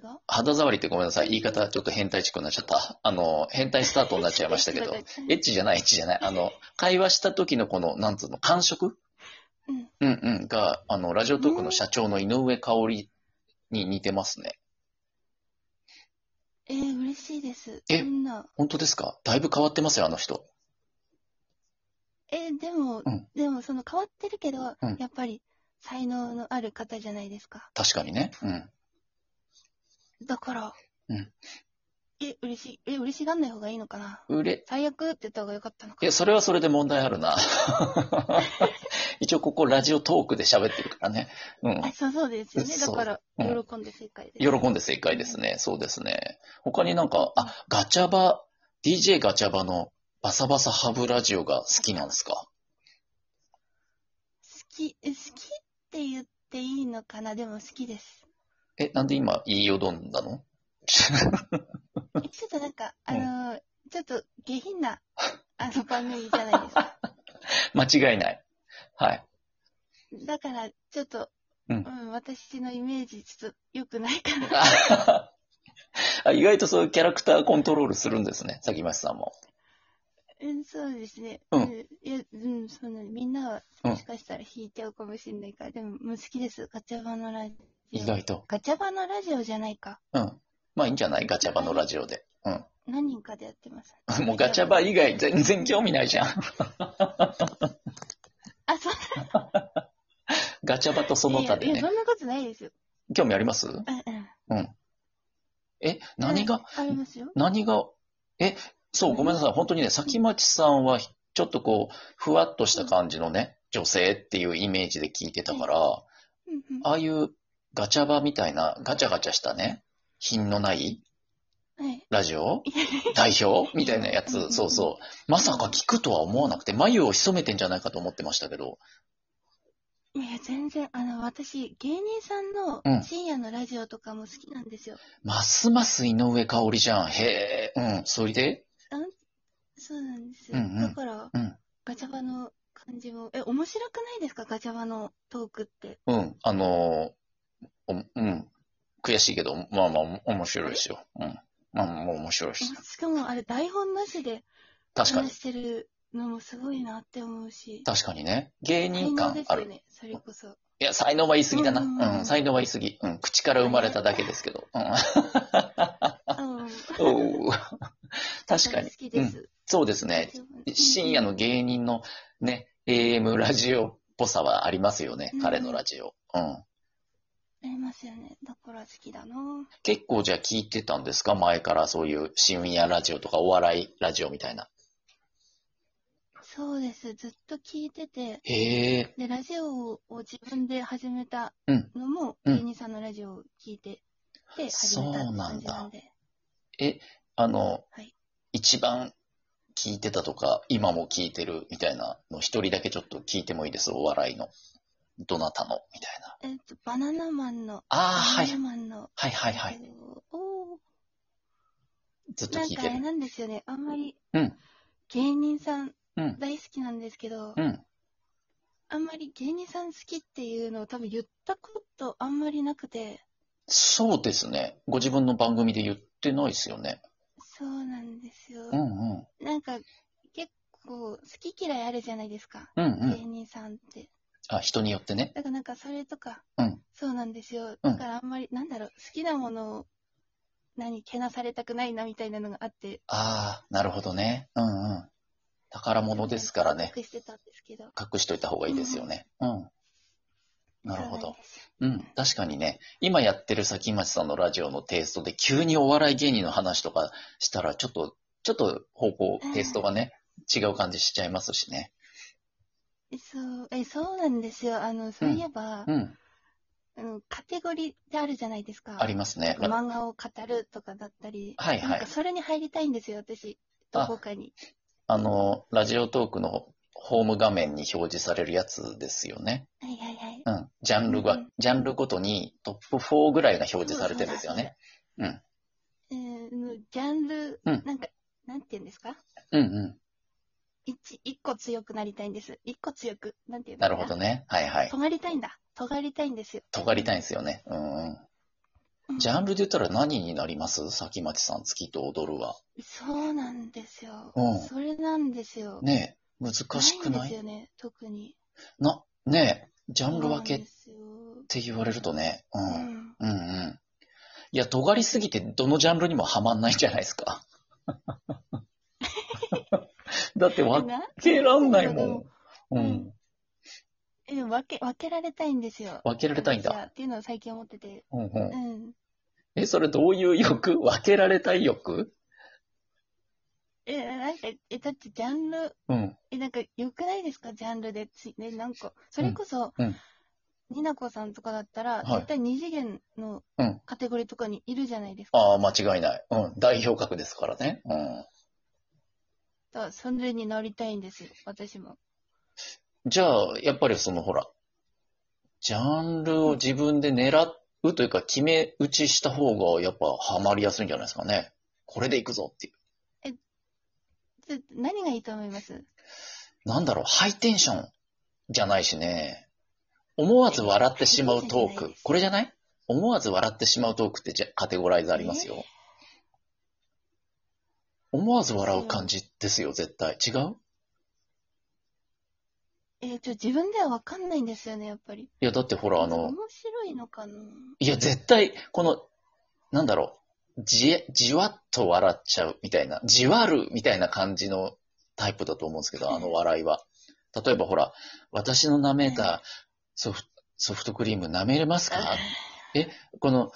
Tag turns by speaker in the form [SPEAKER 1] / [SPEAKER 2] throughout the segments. [SPEAKER 1] が
[SPEAKER 2] 肌触りってごめんなさい。言い方ちょっと変態チックになっちゃった。あの、変態スタートになっちゃいましたけ ど
[SPEAKER 1] エッ。チ
[SPEAKER 2] エッチじゃない、エッチじゃない。あの、会話した時のこの、なんつうの、感触
[SPEAKER 1] うん
[SPEAKER 2] うんうん。が、あの、ラジオトークの社長の井上香織に似てますね。
[SPEAKER 1] えー、嬉しいです。
[SPEAKER 2] え
[SPEAKER 1] そんな。
[SPEAKER 2] 本当ですかだいぶ変わってますよ、あの人。
[SPEAKER 1] えー、でも、
[SPEAKER 2] うん
[SPEAKER 1] でもその変わってるけど、
[SPEAKER 2] ん
[SPEAKER 1] やっぱり才能のある方じゃないですか。
[SPEAKER 2] 確かにね。うん。
[SPEAKER 1] だから、
[SPEAKER 2] うん
[SPEAKER 1] え、嬉しい、え、嬉しがんない方がいいのかな
[SPEAKER 2] うれ、
[SPEAKER 1] 最悪って言った方が良かったのか
[SPEAKER 2] いや、それはそれで問題あるな。 一応ここラジオトークで喋ってるからね。うん。
[SPEAKER 1] あ、そうそうですよね。だ
[SPEAKER 2] そう
[SPEAKER 1] から、
[SPEAKER 2] うん
[SPEAKER 1] 喜んで正解です。
[SPEAKER 2] 喜んで正解ですね。そうですね。他になんか、あ、ガチャバ、DJ ガチャバのバサバサハブラジオが好きなんですか
[SPEAKER 1] 好き、え好きって言っていいのかなでも好きです。
[SPEAKER 2] え、なんで今言いよどんだの
[SPEAKER 1] えちょっとなんか、あのーちょっと下品な、あの番組じゃないですか。
[SPEAKER 2] 間違いない。はい。
[SPEAKER 1] だから、ちょっと、
[SPEAKER 2] うん
[SPEAKER 1] 私のイメージ、ちょっと良くないかな。
[SPEAKER 2] ああ意外とそういうキャラクターコントロールするんですね。崎町さんも。
[SPEAKER 1] うん、そうですね。
[SPEAKER 2] うん
[SPEAKER 1] いや、うん、そうなんみんなは、
[SPEAKER 2] うん
[SPEAKER 1] もしかしたら弾いちゃうかもしれないから、でも、もう好きです。ガチャバのラジオ。
[SPEAKER 2] 意外と。
[SPEAKER 1] ガチャバのラジオじゃないか。
[SPEAKER 2] うん。まあいいんじゃないガチャバのラジオで。うん。
[SPEAKER 1] 何人かでやってます。
[SPEAKER 2] もうガチャバ以外全然興味ないじゃん。
[SPEAKER 1] あ、そう
[SPEAKER 2] ガチャバとその他で
[SPEAKER 1] いやいや、
[SPEAKER 2] ね。
[SPEAKER 1] そんなことないですよ。
[SPEAKER 2] 興味あります
[SPEAKER 1] うんうん。
[SPEAKER 2] え、何
[SPEAKER 1] う
[SPEAKER 2] が
[SPEAKER 1] ん、ありますよ。
[SPEAKER 2] 何が、え、そう、
[SPEAKER 1] 何
[SPEAKER 2] ごめんなさい。本当にね、先町さんは、ちょっとこう、ふわっとした感じのね、女性っていうイメージで聞いてたから、
[SPEAKER 1] うんうん。
[SPEAKER 2] ああいうガチャバみたいな、ガチャガチャしたね、品のない
[SPEAKER 1] はい。
[SPEAKER 2] ラジオ代表みたいなや
[SPEAKER 1] うんうんう
[SPEAKER 2] つ、
[SPEAKER 1] ん
[SPEAKER 2] そうそう。まさか聞くとは思わなくて、眉を潜めてんじゃないかと思ってましたけど、
[SPEAKER 1] いや、全然、あの、私、芸人さん
[SPEAKER 2] うん
[SPEAKER 1] の深夜のラジオとかも好きなんですよ。
[SPEAKER 2] ますます井上香織じゃん。へえ、うん、それで
[SPEAKER 1] そうなんです
[SPEAKER 2] う
[SPEAKER 1] よ。
[SPEAKER 2] んうん
[SPEAKER 1] だから、
[SPEAKER 2] うん
[SPEAKER 1] ガチャバの感じも、え、面白くないですかガチャバのトークって。
[SPEAKER 2] うん、あのーおうん、悔しいけど、まあまあ、お面白いですよ。うん。まあ、もう面白いです。
[SPEAKER 1] しかも、あれ、台本なしで
[SPEAKER 2] 確かに
[SPEAKER 1] 話。してるのもすごいなって思うし。
[SPEAKER 2] 確かにね。芸人
[SPEAKER 1] 才能
[SPEAKER 2] 感
[SPEAKER 1] です
[SPEAKER 2] あ
[SPEAKER 1] よ
[SPEAKER 2] る。
[SPEAKER 1] ね、それこそ。
[SPEAKER 2] いや、才能は言い過ぎだな。
[SPEAKER 1] うんうんうん
[SPEAKER 2] うん、才能は言い過ぎ。うん、口から生まれただけですけど。
[SPEAKER 1] あの、
[SPEAKER 2] うん おう。確かに
[SPEAKER 1] 好。きで
[SPEAKER 2] うん
[SPEAKER 1] す。
[SPEAKER 2] そうですね。深夜の芸人のね、AM ラジオっぽさはありますよね。
[SPEAKER 1] うん
[SPEAKER 2] 彼のラジオ。うん。
[SPEAKER 1] ありますよね。だから好きだなぁ
[SPEAKER 2] 結構じゃあ聞いてたんですか前からそういう深夜ラジオとかお笑いラジオみたいな。
[SPEAKER 1] そうです。ずっと聞いてて、
[SPEAKER 2] へえ。
[SPEAKER 1] で、ラジオを自分で始めた
[SPEAKER 2] うん
[SPEAKER 1] のも、
[SPEAKER 2] うん
[SPEAKER 1] 芸人さんのラジオを聞いて、で、始めたって感じなんで。
[SPEAKER 2] あの、
[SPEAKER 1] はい
[SPEAKER 2] 一番聞いてたとか、今も聞いてるみたいなの、一人だけちょっと聞いてもいいです。お笑いの。どなたのみたいな。
[SPEAKER 1] えっと、バナナマンの、
[SPEAKER 2] ああ、は
[SPEAKER 1] バ
[SPEAKER 2] い
[SPEAKER 1] ナ。ナマンの、
[SPEAKER 2] はいはいはい。
[SPEAKER 1] えっとおー
[SPEAKER 2] ずっと
[SPEAKER 1] なん
[SPEAKER 2] 聞い
[SPEAKER 1] か
[SPEAKER 2] て
[SPEAKER 1] あれ
[SPEAKER 2] る。
[SPEAKER 1] なんですよね。あんまり、
[SPEAKER 2] うん
[SPEAKER 1] 芸人さん
[SPEAKER 2] うん
[SPEAKER 1] 大好きなんですけど、
[SPEAKER 2] うん。
[SPEAKER 1] あんまり芸人さん好きっていうのを多分言ったことあんまりなくて、
[SPEAKER 2] そうですね。ご自分の番組で言ってないですよね。
[SPEAKER 1] そうなんですよ
[SPEAKER 2] う。んうん。
[SPEAKER 1] なんか、結構好き嫌いあるじゃないですか。
[SPEAKER 2] うんうん。
[SPEAKER 1] 芸人さんって。
[SPEAKER 2] あ、人によってね。
[SPEAKER 1] だからなんかそれとか、
[SPEAKER 2] うん
[SPEAKER 1] そうなんですよ。
[SPEAKER 2] うん
[SPEAKER 1] だからあんまり、なんだろう、好きなものを、何、けなされたくないなみたいなのがあって、
[SPEAKER 2] ああ、なるほどね。うんうん。宝物ですからね。
[SPEAKER 1] 隠してたんですけど。
[SPEAKER 2] 隠しといた方がいいですよね。うん。なる
[SPEAKER 1] そ
[SPEAKER 2] ほ
[SPEAKER 1] う
[SPEAKER 2] ど
[SPEAKER 1] ん。ですよ。
[SPEAKER 2] うん、確かにね、今やってる先町さんのラジオのテイストで、急にお笑い芸人の話とかしたら、ちょっと、ちょっと方向、テイストがね、違う感じしちゃいますしね。
[SPEAKER 1] えそう、え、そうなんですよ。あの、そういえば、
[SPEAKER 2] うん、
[SPEAKER 1] あのカテゴリーってあるじゃないですか。
[SPEAKER 2] ありますね。ま
[SPEAKER 1] 漫画を語るとかだったり、
[SPEAKER 2] はいは
[SPEAKER 1] なん
[SPEAKER 2] い
[SPEAKER 1] か。それに入りたいんですよ、私。どこかに。
[SPEAKER 2] あの、ラジオトークのホーム画面に表示されるやつですよね。
[SPEAKER 1] はいはいはい。
[SPEAKER 2] うん。ジャンル
[SPEAKER 1] う
[SPEAKER 2] が
[SPEAKER 1] ん、
[SPEAKER 2] ジャンルごとにトップ4ぐらいが表示されてるんですよね。
[SPEAKER 1] えージャンル、
[SPEAKER 2] うん
[SPEAKER 1] なんか、なんて言うんですか
[SPEAKER 2] うんう。
[SPEAKER 1] 一、一個強くなりたいんです。一個強く。なんて言うんんです
[SPEAKER 2] な
[SPEAKER 1] か
[SPEAKER 2] るほどね。はいはい。
[SPEAKER 1] 尖りたいんだ。尖りたいんですよ。
[SPEAKER 2] 尖りたいんですよね。うんうん。
[SPEAKER 1] うん
[SPEAKER 2] ジャンルで言ったら何になります先町さん、月と踊るは。
[SPEAKER 1] そうなんですよ。
[SPEAKER 2] うん
[SPEAKER 1] それなんですよ。
[SPEAKER 2] ねえ、難しく
[SPEAKER 1] な
[SPEAKER 2] な
[SPEAKER 1] んで
[SPEAKER 2] い
[SPEAKER 1] す
[SPEAKER 2] い
[SPEAKER 1] よね、特に。
[SPEAKER 2] な、ねえ、ジャンル分け
[SPEAKER 1] そうなん
[SPEAKER 2] っ
[SPEAKER 1] ですよ
[SPEAKER 2] て言われるとね、う、
[SPEAKER 1] うんん。
[SPEAKER 2] うん、うん。いや、尖りすぎてどのジャンルにもはまんないんじゃないで すか。だって分
[SPEAKER 1] な
[SPEAKER 2] けらんないもん。う
[SPEAKER 1] うん
[SPEAKER 2] ん。
[SPEAKER 1] えでも分け、分けられたいんですよ。
[SPEAKER 2] 分けられたいん
[SPEAKER 1] 私は
[SPEAKER 2] だ。
[SPEAKER 1] っていうのを最近思ってて。
[SPEAKER 2] うんうん
[SPEAKER 1] う。ん。
[SPEAKER 2] え、それどういう欲分けられたい欲
[SPEAKER 1] え、なんか、え、だってジャンル、
[SPEAKER 2] うん。
[SPEAKER 1] え、なんか、良くないですかジャンルで。つね、なんか、それこそ、
[SPEAKER 2] うんうん
[SPEAKER 1] になこさんとかだったら、
[SPEAKER 2] はい
[SPEAKER 1] 絶対二次元の
[SPEAKER 2] うん
[SPEAKER 1] カテゴリーとかにいるじゃないですか。
[SPEAKER 2] ああ、間違いない。うん。代表格ですからね。う
[SPEAKER 1] だからそれになりたいんですよ、私も。
[SPEAKER 2] ん。じゃあ、やっぱりそのほら、ジャンルを自分で狙うというか、決め打ちした方が、やっぱハマりやすいんじゃないですかね。これでいくぞっていう。
[SPEAKER 1] ちょ何がいいと思います
[SPEAKER 2] なんだろう、ハイテンションじゃないしね。思わず笑ってしまうトー
[SPEAKER 1] ハイテンションじゃない
[SPEAKER 2] ク
[SPEAKER 1] です。
[SPEAKER 2] これじゃない思わず笑ってしまうトークってじゃカテゴライズありますよ。思わず笑う感じですよ、絶対。違う
[SPEAKER 1] えーちょ、自分では分かんないんですよね、やっぱり。
[SPEAKER 2] いや、だってほら、あの
[SPEAKER 1] 面、白いのかない
[SPEAKER 2] や、絶対、この、なんだろう、じ、じわっと笑っちゃうみたいな、じわるみたいな感じのタイプだと思うんですけど、あの笑いは。例えばほら、私の舐めたソフソフトクリーム舐めれますかえ、この、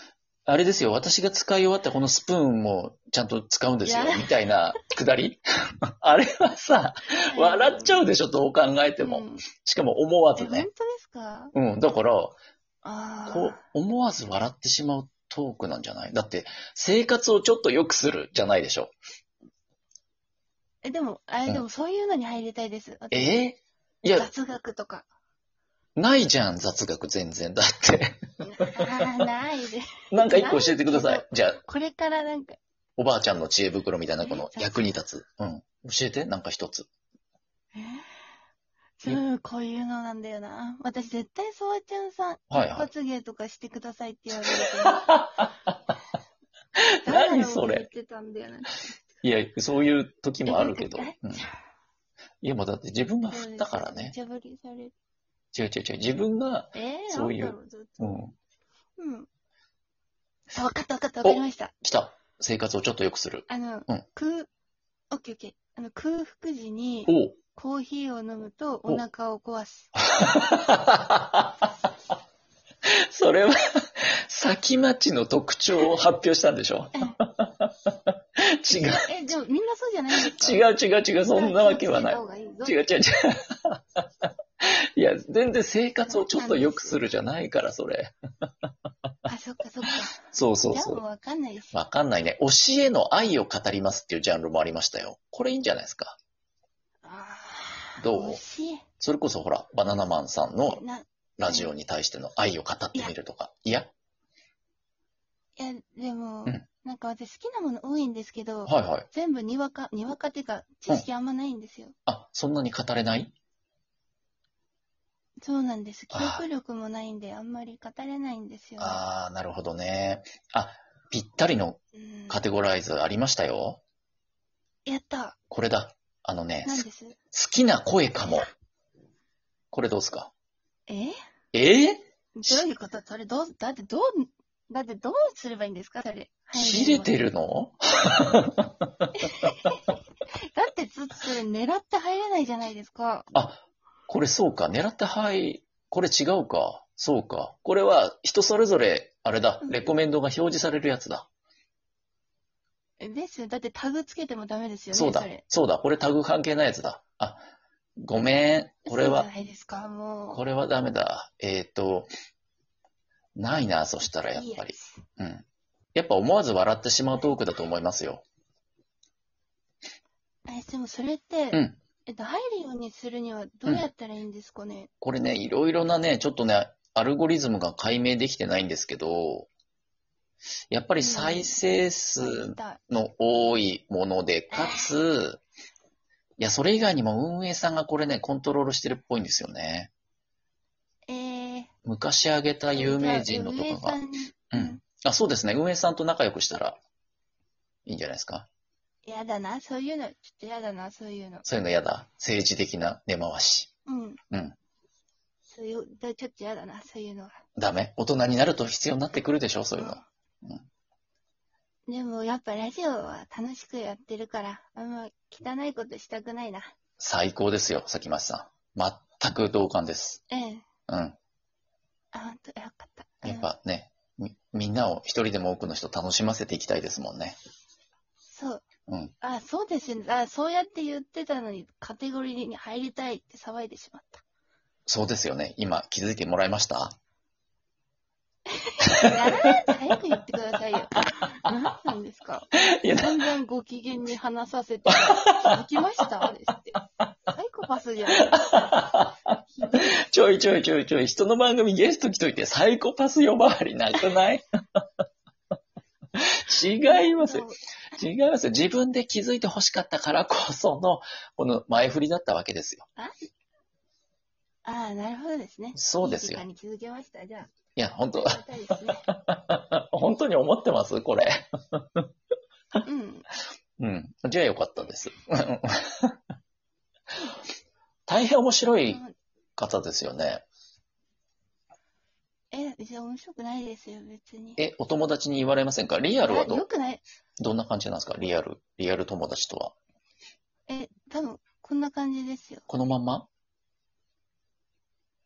[SPEAKER 2] あれですよ、私が使い終わったこのスプーンもちゃんと使うんですよ
[SPEAKER 1] いや、
[SPEAKER 2] みたいなくだり あれはさ、笑っちゃうでしょ、どう考えて
[SPEAKER 1] うん
[SPEAKER 2] も。
[SPEAKER 1] え、
[SPEAKER 2] しかも思わず
[SPEAKER 1] 本当で
[SPEAKER 2] ね。
[SPEAKER 1] すか
[SPEAKER 2] うん、だから、
[SPEAKER 1] あ
[SPEAKER 2] こう
[SPEAKER 1] あ。、
[SPEAKER 2] 思わず笑ってしまうトークなんじゃないだって、生活をちょっと良くするじゃないでしょ。
[SPEAKER 1] え、でも、あ
[SPEAKER 2] うん
[SPEAKER 1] れ、でもそういうのに入りたいです。
[SPEAKER 2] え
[SPEAKER 1] 私
[SPEAKER 2] えいや、
[SPEAKER 1] 雑学とか。
[SPEAKER 2] ないじゃん、雑学全然。だ って。
[SPEAKER 1] あーないで。
[SPEAKER 2] なんか一個教えてくださ
[SPEAKER 1] ない
[SPEAKER 2] い。じゃあ、
[SPEAKER 1] これからなんか、
[SPEAKER 2] おばあちゃんの知恵袋みたいな、この
[SPEAKER 1] え雑学
[SPEAKER 2] 役に立つ。うん。教えて、なんか一つ。
[SPEAKER 1] ちょこういうのなんだよな。私絶対ソワちゃんさん、
[SPEAKER 2] はい
[SPEAKER 1] 一
[SPEAKER 2] はい。
[SPEAKER 1] 発芸とかしてくださいって言われて。
[SPEAKER 2] 何それ
[SPEAKER 1] 誰だろうって言ってたんだよな。
[SPEAKER 2] いや、そういう時もあるけど。
[SPEAKER 1] えなんか
[SPEAKER 2] うん、いや、もうだって自分が振ったから
[SPEAKER 1] め
[SPEAKER 2] ね。
[SPEAKER 1] ちゃぶりされる。
[SPEAKER 2] 違う違う違う。自分が、
[SPEAKER 1] えー、
[SPEAKER 2] そういう
[SPEAKER 1] なんだろずっと
[SPEAKER 2] うん。
[SPEAKER 1] うん。あ、わかったわかったわかりました。
[SPEAKER 2] 来た。生活をちょっと良くする。
[SPEAKER 1] あの、
[SPEAKER 2] うん
[SPEAKER 1] 空、オッケーオッケー。あの、空腹時に
[SPEAKER 2] おう。
[SPEAKER 1] コーヒーを飲むとお腹を壊 す。
[SPEAKER 2] それは、先町の特徴を発表したんでしょ違う、
[SPEAKER 1] え、でもみんなそうじゃないですか
[SPEAKER 2] 違う、違う、違う、そんなわけはない。違う、
[SPEAKER 1] う。
[SPEAKER 2] 違う、違う。いや、全然生活をちょっと良くするじゃないから、それ。
[SPEAKER 1] あ、そっかそっか。
[SPEAKER 2] そうそう
[SPEAKER 1] じゃあ
[SPEAKER 2] そ
[SPEAKER 1] もう
[SPEAKER 2] う。
[SPEAKER 1] わかんないです。
[SPEAKER 2] わかんないね。教えの愛を語りますっていうジャンルもありましたよ。これいいんじゃないですか。
[SPEAKER 1] あー
[SPEAKER 2] どう
[SPEAKER 1] 惜しい。
[SPEAKER 2] それこそほら、バナナマンさんの
[SPEAKER 1] な、い
[SPEAKER 2] ラジオに対しての愛を語ってみるとか。いや、
[SPEAKER 1] や、でも、
[SPEAKER 2] うん
[SPEAKER 1] なんか私好きなもの多いんですけど、
[SPEAKER 2] はいはい。
[SPEAKER 1] 全部にわか、にわかっていうか、知識あんまないんですよ。
[SPEAKER 2] あ、そんなに語れない
[SPEAKER 1] そうなんです。記
[SPEAKER 2] あー
[SPEAKER 1] 憶力もないんで、あんまり語れないんですよね。
[SPEAKER 2] ああ、なるほどね。あ、ぴったりの
[SPEAKER 1] うん
[SPEAKER 2] カテゴライズありましたよ。
[SPEAKER 1] やった。
[SPEAKER 2] これだ。あのね、
[SPEAKER 1] 何
[SPEAKER 2] す
[SPEAKER 1] です
[SPEAKER 2] 好きな声かも。これどうすか
[SPEAKER 1] え
[SPEAKER 2] ええ
[SPEAKER 1] どういうことそれどう、だってどう、だってどうすればいいんですかそれ。
[SPEAKER 2] 切れてるの
[SPEAKER 1] だってずっとそれ狙って入れないじゃないですか。
[SPEAKER 2] あ、これそうか。狙ってはい。これ違うか。そうか。これは人それぞれ、あれだ
[SPEAKER 1] う。ん
[SPEAKER 2] レコメンドが表示されるやつだ。
[SPEAKER 1] ですよ。だってタグつけてもダメですよね。
[SPEAKER 2] そうだ
[SPEAKER 1] れ。
[SPEAKER 2] そうだ。これタグ関係ないやつだ。あ、ごめん。これは
[SPEAKER 1] そうじゃ、ないですか、もう。
[SPEAKER 2] これはダメだ。えっ、と、ないな、そしたらやっ
[SPEAKER 1] いい
[SPEAKER 2] ぱり。
[SPEAKER 1] つ
[SPEAKER 2] うん。やっぱ思わず笑ってしまうトークだと思いますよ。
[SPEAKER 1] え、でもそれって、
[SPEAKER 2] うん
[SPEAKER 1] えっと、入るようにするにはどうやったらいいんですかね、
[SPEAKER 2] これね、いろいろなね、ちょっとね、アルゴリズムが解明できてないんですけど、やっぱり再
[SPEAKER 1] 入
[SPEAKER 2] 生数
[SPEAKER 1] りたい
[SPEAKER 2] の多いもので、かつ、いや、それ以外にも運営さんがこれね、コントロールしてるっぽいんですよね。
[SPEAKER 1] えー、
[SPEAKER 2] 昔あげた有名人のと
[SPEAKER 1] じゃあ
[SPEAKER 2] か
[SPEAKER 1] 上
[SPEAKER 2] が、
[SPEAKER 1] さんに
[SPEAKER 2] うん。あ、そうですね。運営さんと仲良くしたらいいんじゃないですか。
[SPEAKER 1] やだな、そういうの、ちょっとやだな、そういうの。
[SPEAKER 2] そういうの嫌だ。政治的な根回し。
[SPEAKER 1] うん。
[SPEAKER 2] うん。
[SPEAKER 1] そういう、だちょっとやだな、そういうのは。
[SPEAKER 2] ダメ。大人になると必要になってくるでしょ、そういうの。
[SPEAKER 1] うんでもやっぱラジオは楽しくやってるから、あんま汚いことしたくないな。
[SPEAKER 2] 最高ですよ、さきまちさん。全く同感です。
[SPEAKER 1] ええ。
[SPEAKER 2] うん。
[SPEAKER 1] あ、ほんと、よかった。
[SPEAKER 2] やっぱね、みみんなを一人でも多くの人楽しませていきたいですもんね。
[SPEAKER 1] そう。
[SPEAKER 2] うん
[SPEAKER 1] あ、そうですね。あ、そうやって言ってたのに、カテゴリーに入りたいって騒いでしまった。
[SPEAKER 2] そうですよね。今気づいてもらいました
[SPEAKER 1] やらないと早く言ってくださいよ。 何なんですか
[SPEAKER 2] いや、な
[SPEAKER 1] 全然ご機嫌に話させて、聞きましたですって。サイコパスじゃないですか。ひどい
[SPEAKER 2] ちょいちょいちょいちょい、人の番組ゲスト来といてサイコパス呼ばわりなくない 違いますよ。違いますよ。自分で気づいて欲しかったからこその、この前振りだったわけですよ。
[SPEAKER 1] ああ、なるほどですね。
[SPEAKER 2] そうですよ
[SPEAKER 1] いい時間に気づけました。じゃ
[SPEAKER 2] いや、本
[SPEAKER 1] あ、
[SPEAKER 2] 当
[SPEAKER 1] ありがたいですね。
[SPEAKER 2] 本当に思ってますこれ。
[SPEAKER 1] うん。
[SPEAKER 2] うん。じゃあよかったです。 大変面白い方ですよね。
[SPEAKER 1] え、別に面白くないですよ、別に。
[SPEAKER 2] え、お友達に言われませんかリアルは
[SPEAKER 1] あ
[SPEAKER 2] ど
[SPEAKER 1] よ、くない。
[SPEAKER 2] どんな感じなんですかリアル、リアル友達とは。
[SPEAKER 1] え、多分、こんな感じですよ。
[SPEAKER 2] このまんま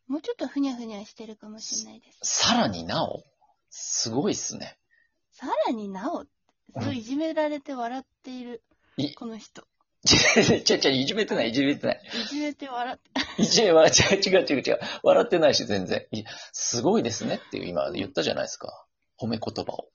[SPEAKER 1] もうちょっとふにゃふにゃしてるかもしれないです。
[SPEAKER 2] さらになおすごいっすね。
[SPEAKER 1] さらになお、それいじめられて笑っている
[SPEAKER 2] い、
[SPEAKER 1] この人。
[SPEAKER 2] ちゃちゃ、いじめてない、いじめてない。
[SPEAKER 1] いじめて笑って、
[SPEAKER 2] いじめは、違う違う違う違う。笑ってないし、全然。いすごいですねっていう、今言ったじゃないですか。褒め言葉を。